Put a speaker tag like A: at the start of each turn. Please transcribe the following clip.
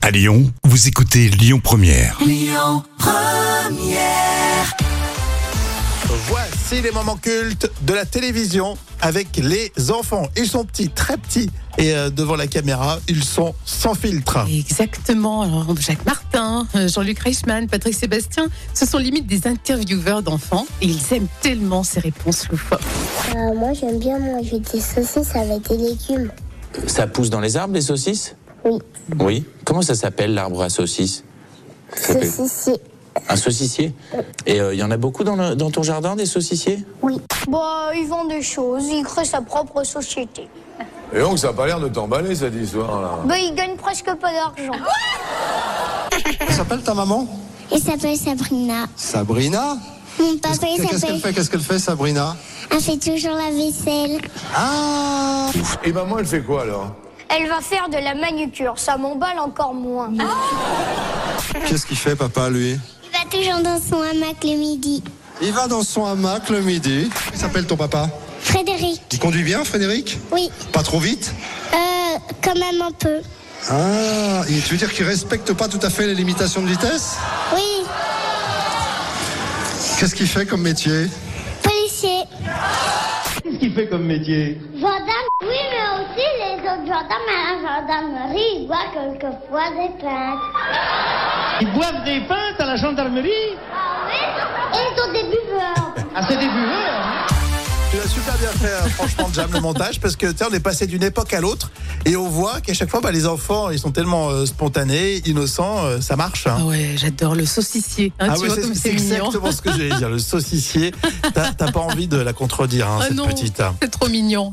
A: À Lyon, vous écoutez Lyon Première.
B: Voici les moments cultes de la télévision avec les enfants. Ils sont petits, très petits. Et euh, devant la caméra, ils sont sans filtre.
C: Exactement. Alors, Jacques Martin, euh, Jean-Luc Reichmann, Patrick Sébastien, ce sont limite des intervieweurs d'enfants et ils aiment tellement ces réponses loufoques.
D: Euh, moi, j'aime bien manger des saucisses avec des légumes.
E: Ça pousse dans les arbres, les saucisses
D: Oui.
E: Oui. Comment ça s'appelle l'arbre à saucisses Ça s'appelle-
D: Saucisses,
E: Un saucissier Et euh, il y en a beaucoup dans, le- dans ton jardin, des saucissiers
D: oui.
F: Bah, ils vendent des choses, ils créent sa propre société.
G: Et donc, ça a pas l'air de t'emballer, cette histoire-là.
F: Bah, ils gagnent presque pas d'argent.
H: Comment s'appelle ta maman
D: Il s'appelle Sabrina.
H: Sabrina.
D: Mon papa, il
H: Qu'est-ce qu'elle
D: s'appelle.
H: fait Qu'est-ce qu'elle fait, Sabrina
D: Elle fait toujours la vaisselle.
H: Ah
G: Et maman, elle fait quoi, alors
F: Elle va faire de la manucure, ça m'emballe encore moins.
H: Qu'est-ce qu'il fait, papa, lui
D: Il va toujours dans son hamac le midi.
H: Il va dans son hamac le midi. Comment s'appelle ton papa
D: Frédéric,
H: Il conduit bien, Frédéric
D: oui.
H: Pas trop vite
D: Euh, quand même un peu.
H: Ah, et tu veux dire qu'il respecte pas tout à fait les limitations de vitesse
D: Oui,
H: Qu'est-ce qu'il fait comme métier
D: policier.
H: Qu'est-ce qu'il fait comme métier
D: Gendarme, oui, mais aussi les autres gendarmes à la gendarmerie, ils voient quelquefois des peintres.
I: Ils boivent des pintes à la gendarmerie
D: Et ils ont des buveurs.
I: à ses débuts. hein.
B: Tu l'as super bien fait, hein, franchement, Jam, le montage, parce que tu sais, on est passé d'une époque à l'autre et on voit qu'à chaque fois, bah, les enfants, ils sont tellement euh, spontanés, innocents, euh, ça marche. hein.
C: Ah ouais, j'adore le saucissier. hein,
B: Ah
C: tu
B: ouais,
C: vois
B: c'est
C: comme
B: c'est
C: c'est mignon.
B: exactement ce que j'allais dire, le saucissier. T'as t'as pas envie de la contredire, hein,
C: Ah
B: cette
C: non,
B: petite. hein.
C: c'est trop mignon.